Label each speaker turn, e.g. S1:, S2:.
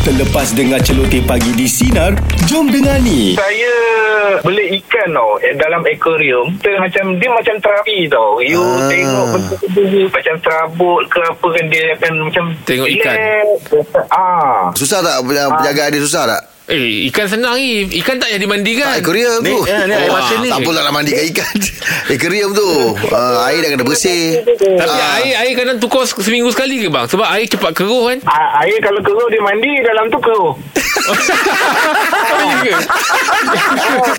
S1: Terlepas dengar celoteh pagi di Sinar, jom dengar ni.
S2: Saya beli ikan tau eh, Dalam akuarium Kita macam Dia macam terapi tau You
S3: Ah.
S2: ah. tengok benda-benda ni, Macam terabut ke apa kan Dia akan macam
S4: Tengok ikan.
S2: relax. Ah,
S3: Susah tak penja- penjagaan dia susah tak? Ah,
S4: Eh, ikan senang ni. Ikan tak kan? payah dimandikan.
S3: Aquarium
S5: Ni,
S3: tu.
S5: eh, ni air masin ni.
S3: Tak pula nak mandikan ikan. Aquarium tu. Ah, air dah kena bersih.
S4: Tapi
S3: Ah.
S4: air air kadang tukar se- seminggu sekali ke bang? Sebab air cepat keruh kan?
S2: Ah, air kalau
S4: Kan
S2: keruh dia mandi dalam tu keruh.
S4: Betul juga.